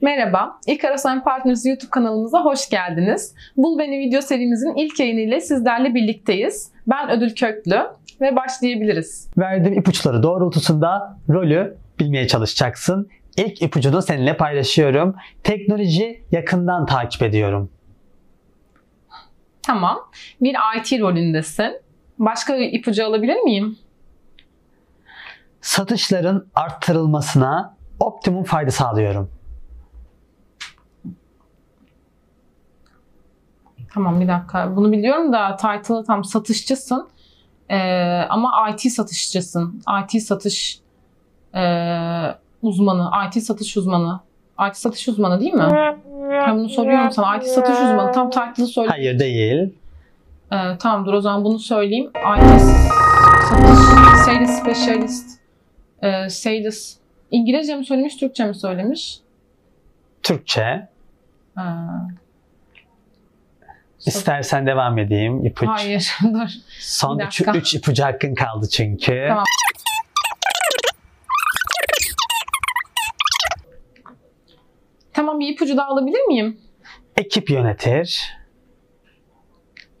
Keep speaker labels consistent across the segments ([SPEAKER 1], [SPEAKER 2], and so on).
[SPEAKER 1] Merhaba, İlk Arasan Partners YouTube kanalımıza hoş geldiniz. Bul Beni video serimizin ilk yayınıyla sizlerle birlikteyiz. Ben Ödül Köklü ve başlayabiliriz.
[SPEAKER 2] Verdiğim ipuçları doğrultusunda rolü bilmeye çalışacaksın. İlk ipucunu seninle paylaşıyorum. Teknoloji yakından takip ediyorum.
[SPEAKER 1] Tamam, bir IT rolündesin. Başka ipucu alabilir miyim?
[SPEAKER 2] Satışların arttırılmasına optimum fayda sağlıyorum.
[SPEAKER 1] Tamam bir dakika. Bunu biliyorum da title'ı tam satışçısın. Ee, ama IT satışçısın. IT satış ee, uzmanı. IT satış uzmanı. IT satış uzmanı değil mi? Ben bunu soruyorum sana. IT satış uzmanı. Tam title'ı söyle.
[SPEAKER 2] Hayır değil.
[SPEAKER 1] Ee, tamam dur o zaman bunu söyleyeyim. IT s- satış, sales specialist, ee, sales. İngilizce mi söylemiş, Türkçe mi söylemiş?
[SPEAKER 2] Türkçe.
[SPEAKER 1] Ee,
[SPEAKER 2] İstersen devam edeyim ipuç.
[SPEAKER 1] hayır dur.
[SPEAKER 2] Son
[SPEAKER 1] bir
[SPEAKER 2] 3
[SPEAKER 1] dakika.
[SPEAKER 2] ipucu hakkın kaldı çünkü.
[SPEAKER 1] Tamam. Tamam bir ipucu daha alabilir miyim?
[SPEAKER 2] Ekip yönetir.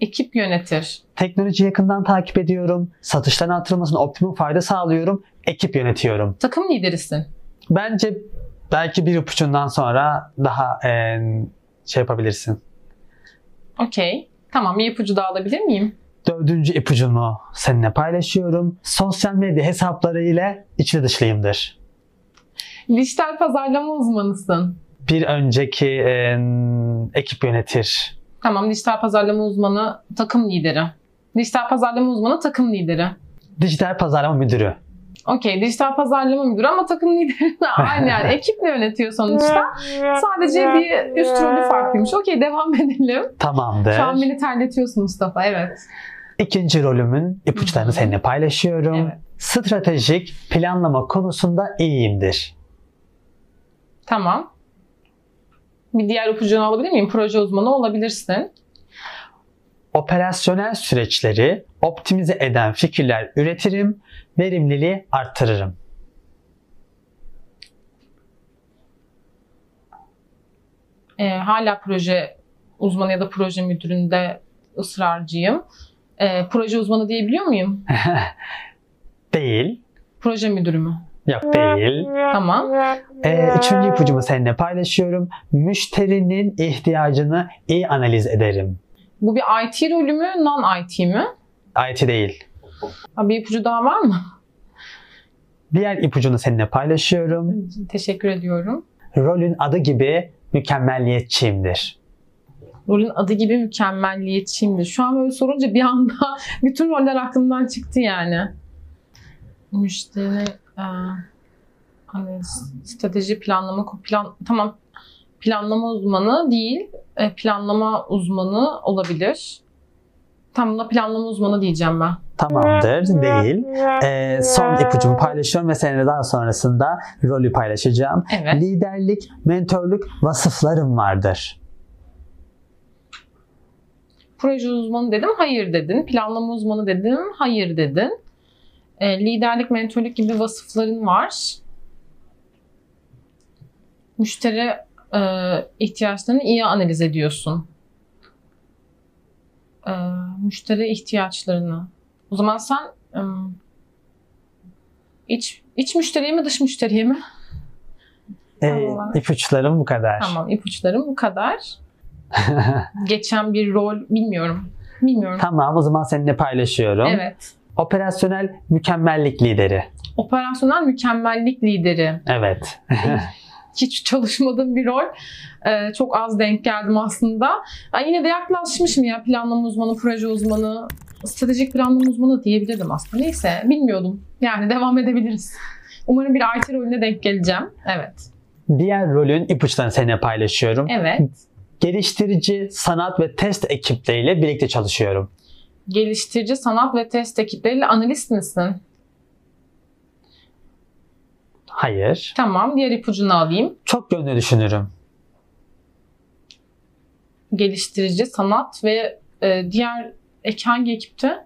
[SPEAKER 1] Ekip yönetir.
[SPEAKER 2] Teknoloji yakından takip ediyorum. Satışların artırılmasına optimum fayda sağlıyorum. Ekip yönetiyorum.
[SPEAKER 1] Takım liderisin.
[SPEAKER 2] Bence belki bir ipucundan sonra daha e, şey yapabilirsin.
[SPEAKER 1] Okey. Tamam bir ipucu daha alabilir miyim?
[SPEAKER 2] Dördüncü ipucumu seninle paylaşıyorum. Sosyal medya hesapları ile içli dışlıyımdır.
[SPEAKER 1] Dijital pazarlama uzmanısın.
[SPEAKER 2] Bir önceki e, ekip yönetir.
[SPEAKER 1] Tamam dijital pazarlama uzmanı takım lideri. Dijital pazarlama uzmanı takım lideri.
[SPEAKER 2] Dijital pazarlama müdürü.
[SPEAKER 1] Okey dijital pazarlama müdürü ama takım lideri de aynı yani ekiple yönetiyor sonuçta. Sadece bir üst rolü farklıymış. Okey devam edelim.
[SPEAKER 2] Tamamdır.
[SPEAKER 1] Şu an beni terletiyorsun Mustafa evet.
[SPEAKER 2] İkinci rolümün
[SPEAKER 1] Hı hı.
[SPEAKER 2] ipuçlarını seninle paylaşıyorum.
[SPEAKER 1] Evet.
[SPEAKER 2] Stratejik planlama konusunda iyiyimdir.
[SPEAKER 1] Tamam. Bir diğer ipucunu alabilir miyim? Proje uzmanı olabilirsin.
[SPEAKER 2] Operasyonel süreçleri optimize eden fikirler üretirim, verimliliği artırırım.
[SPEAKER 1] Ee, hala proje uzmanı ya da proje müdüründe ısrarcıyım. Ee, proje uzmanı diyebiliyor muyum?
[SPEAKER 2] Değil.
[SPEAKER 1] Proje müdürü mü?
[SPEAKER 2] Yok değil.
[SPEAKER 1] Tamam.
[SPEAKER 2] Ee, üçüncü ipucumu seninle paylaşıyorum. Müşterinin ihtiyacını iyi analiz ederim.
[SPEAKER 1] Bu bir IT rolü mü, non-IT mi?
[SPEAKER 2] IT değil.
[SPEAKER 1] Ha, bir ipucu daha var mı?
[SPEAKER 2] Diğer ipucunu seninle paylaşıyorum.
[SPEAKER 1] Teşekkür ediyorum.
[SPEAKER 2] Rolün adı gibi mükemmelliyetçiyimdir.
[SPEAKER 1] Rolün adı gibi mükemmelliyetçiyimdir. Şu an böyle sorunca bir anda bütün roller aklımdan çıktı yani. Müşteri, e, hani strateji planlama, ko- plan, tamam planlama uzmanı değil, e, planlama uzmanı olabilir. Tam da planlama uzmanı diyeceğim ben.
[SPEAKER 2] Tamamdır. Değil. Ee, son ipucumu paylaşıyorum ve seninle daha sonrasında rolü paylaşacağım.
[SPEAKER 1] Evet.
[SPEAKER 2] Liderlik, mentörlük vasıflarım vardır.
[SPEAKER 1] Proje uzmanı dedim, hayır dedin. Planlama uzmanı dedim, hayır dedin. E, liderlik, mentorluk gibi vasıfların var. Müşteri e, ihtiyaçlarını iyi analiz ediyorsun. E, müşteri ihtiyaçlarını. O zaman sen e, iç, iç müşteriye mi dış müşteriye mi?
[SPEAKER 2] Ee,
[SPEAKER 1] Tamam.
[SPEAKER 2] ipuçlarım bu kadar.
[SPEAKER 1] Tamam ipuçlarım bu kadar. Geçen bir rol bilmiyorum. Bilmiyorum.
[SPEAKER 2] tamam o zaman seninle paylaşıyorum.
[SPEAKER 1] Evet.
[SPEAKER 2] Operasyonel mükemmellik lideri.
[SPEAKER 1] Operasyonel mükemmellik lideri.
[SPEAKER 2] Evet.
[SPEAKER 1] hiç çalışmadığım bir rol. Ee, çok az denk geldim aslında. Ay yine de yaklaşmışım ya planlama uzmanı, proje uzmanı, stratejik planlama uzmanı diyebilirdim aslında. Neyse bilmiyordum. Yani devam edebiliriz. Umarım bir IT rolüne denk geleceğim. Evet.
[SPEAKER 2] Diğer rolün ipuçlarını seninle paylaşıyorum.
[SPEAKER 1] Evet.
[SPEAKER 2] Geliştirici, sanat ve test ekipleriyle birlikte çalışıyorum.
[SPEAKER 1] Geliştirici, sanat ve test ekipleriyle analist misin?
[SPEAKER 2] Hayır.
[SPEAKER 1] Tamam. Diğer ipucunu alayım.
[SPEAKER 2] Çok yönlü düşünürüm.
[SPEAKER 1] e, Geliştirici, sanat ve e, diğer ek hangi ekipte?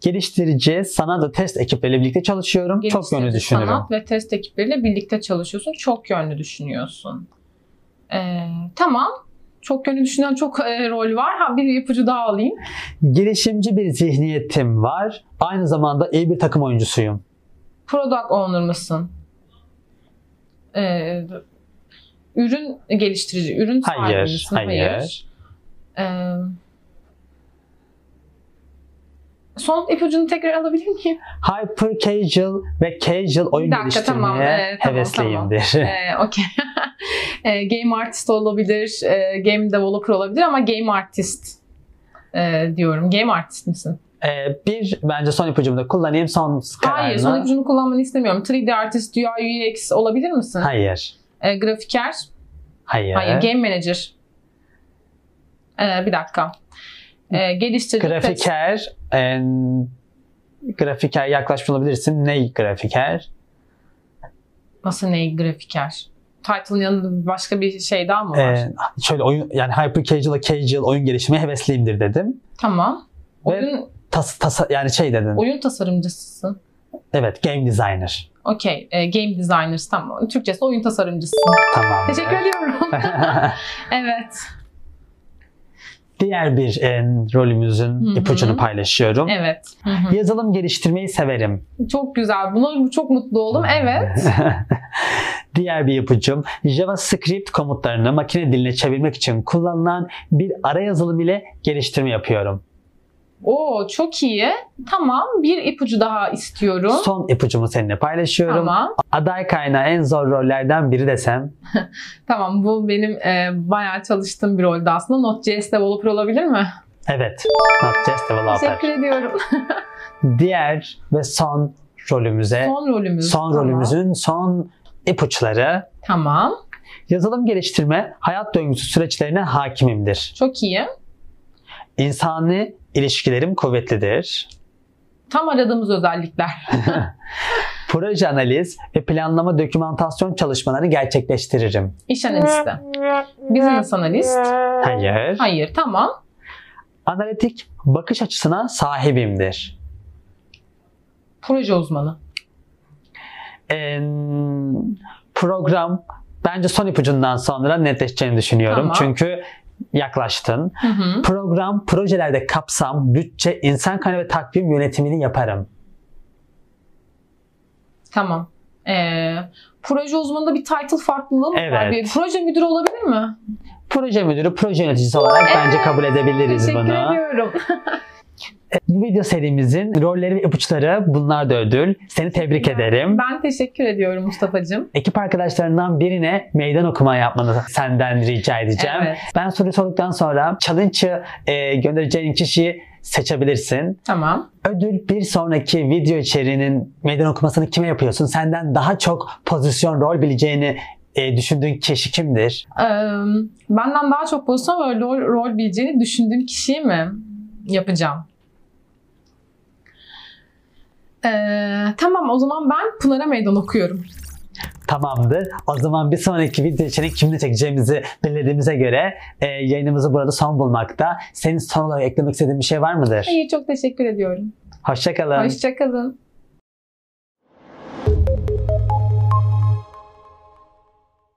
[SPEAKER 2] geliştirici, sanat ve test ekipleriyle birlikte çalışıyorum. Çok yönlü
[SPEAKER 1] Geliştirici
[SPEAKER 2] düşünürüm.
[SPEAKER 1] Sanat ve test ekipleriyle birlikte çalışıyorsun. Çok yönlü düşünüyorsun. Ee, tamam. Çok yönlü düşünen çok e, rol var. Ha, bir ipucu daha alayım.
[SPEAKER 2] Girişimci bir zihniyetim var. Aynı zamanda iyi bir takım oyuncusuyum.
[SPEAKER 1] Product owner mısın? Ee, ürün geliştirici, ürün sahibi
[SPEAKER 2] Hayır,
[SPEAKER 1] misin?
[SPEAKER 2] hayır.
[SPEAKER 1] Ee, son ipucunu tekrar alabilir miyim?
[SPEAKER 2] Hyper casual ve casual oyun
[SPEAKER 1] Bir dakika,
[SPEAKER 2] geliştirmeye
[SPEAKER 1] tamam, ee, tamam,
[SPEAKER 2] hevesliyimdir.
[SPEAKER 1] Ee, Okey. Ee, game artist olabilir, e, game developer olabilir ama game artist e, diyorum. Game artist misin?
[SPEAKER 2] Ee, bir bence son ipucumu da kullanayım. Son kararını.
[SPEAKER 1] Hayır, son ipucunu kullanmanı istemiyorum. 3D artist, UI UX olabilir misin?
[SPEAKER 2] Hayır.
[SPEAKER 1] Ee, grafiker,
[SPEAKER 2] Hayır.
[SPEAKER 1] Hayır, game manager. Ee, bir dakika. Ee, geliştirici test-
[SPEAKER 2] Grafiker, e, grafiker yaklaşmış olabilirsin. Ne grafiker?
[SPEAKER 1] Nasıl ne grafiker? Title'ın yanında başka bir şey daha mı var?
[SPEAKER 2] Ee, şöyle oyun yani hyper casual ve casual oyun geliştirmeye hevesliyimdir dedim.
[SPEAKER 1] tamam.
[SPEAKER 2] ve-
[SPEAKER 1] Oyun,
[SPEAKER 2] Tas, tasa- yani şey dedin.
[SPEAKER 1] oyun tasarımcısısın.
[SPEAKER 2] Evet, game designer.
[SPEAKER 1] Okey. e, game designer. Tamam. Türkçesi oyun tasarımcısısın.
[SPEAKER 2] Tamam.
[SPEAKER 1] Teşekkür ediyorum. evet.
[SPEAKER 2] Diğer bir e, rolümüzün
[SPEAKER 1] Hı hı.
[SPEAKER 2] ipucunu paylaşıyorum.
[SPEAKER 1] Evet. Hı hı.
[SPEAKER 2] Yazılım geliştirmeyi severim.
[SPEAKER 1] Çok güzel. Buna çok mutlu oldum. Evet.
[SPEAKER 2] Diğer bir ipucum JavaScript komutlarını makine diline çevirmek için kullanılan bir ara yazılım ile geliştirme yapıyorum.
[SPEAKER 1] Oo çok iyi. Tamam. Bir ipucu daha istiyorum.
[SPEAKER 2] Son ipucumu seninle paylaşıyorum.
[SPEAKER 1] Tamam.
[SPEAKER 2] Aday kaynağı en zor rollerden biri desem
[SPEAKER 1] Tamam bu benim e, bayağı çalıştığım bir rolde aslında. Node.js developer olabilir mi?
[SPEAKER 2] evet. Node.js Developer.
[SPEAKER 1] Teşekkür ediyorum.
[SPEAKER 2] Diğer ve son rolümüze son,
[SPEAKER 1] E, son rolümüz.
[SPEAKER 2] rolümüzün son ipuçları
[SPEAKER 1] Tamam.
[SPEAKER 2] yazılım geliştirme hayat döngüsü süreçlerine hakimimdir.
[SPEAKER 1] Çok iyi.
[SPEAKER 2] İnsani ilişkilerim kuvvetlidir.
[SPEAKER 1] Tam aradığımız özellikler.
[SPEAKER 2] Proje analiz ve planlama dokümantasyon çalışmalarını gerçekleştiririm.
[SPEAKER 1] İş analisti. Business analist.
[SPEAKER 2] Hayır.
[SPEAKER 1] Hayır tamam.
[SPEAKER 2] Analitik bakış açısına sahibimdir.
[SPEAKER 1] Proje uzmanı.
[SPEAKER 2] Ee, program bence son ipucundan sonra netleşeceğini düşünüyorum.
[SPEAKER 1] Tamam.
[SPEAKER 2] Çünkü yaklaştın.
[SPEAKER 1] Hı hı.
[SPEAKER 2] Program, projelerde kapsam, bütçe, insan kaynağı ve takvim yönetimini yaparım.
[SPEAKER 1] Tamam. Ee, proje uzmanında bir title farklılığı mı var?
[SPEAKER 2] Evet.
[SPEAKER 1] Bir proje müdürü olabilir mi?
[SPEAKER 2] Proje müdürü, proje yöneticisi olarak bence kabul edebiliriz
[SPEAKER 1] Teşekkür
[SPEAKER 2] bunu.
[SPEAKER 1] ediyorum.
[SPEAKER 2] Bu video serimizin rolleri ve ipuçları bunlar da ödül. Seni tebrik ederim.
[SPEAKER 1] Ben teşekkür ediyorum Mustafa'cığım.
[SPEAKER 2] Ekip arkadaşlarından birine meydan okuma yapmanı senden rica edeceğim.
[SPEAKER 1] Evet.
[SPEAKER 2] Ben soru sorduktan sonra challenge'ı e, göndereceğin kişiyi seçebilirsin.
[SPEAKER 1] Tamam.
[SPEAKER 2] Ödül bir sonraki video içeriğinin meydan okumasını kime yapıyorsun? Senden daha çok pozisyon, rol bileceğini e, düşündüğün kişi kimdir?
[SPEAKER 1] Ee, benden daha çok pozisyon ve rol, rol bileceğini düşündüğüm kişiyi mi yapacağım? Ee, tamam o zaman ben Pınar'a meydan okuyorum.
[SPEAKER 2] Tamamdır. O zaman bir sonraki video içeriği kimle çekeceğimizi belirlediğimize göre e, yayınımızı burada son bulmakta. Senin son olarak eklemek istediğin bir şey var mıdır?
[SPEAKER 1] İyi çok teşekkür ediyorum.
[SPEAKER 2] Hoşçakalın.
[SPEAKER 1] Hoşçakalın.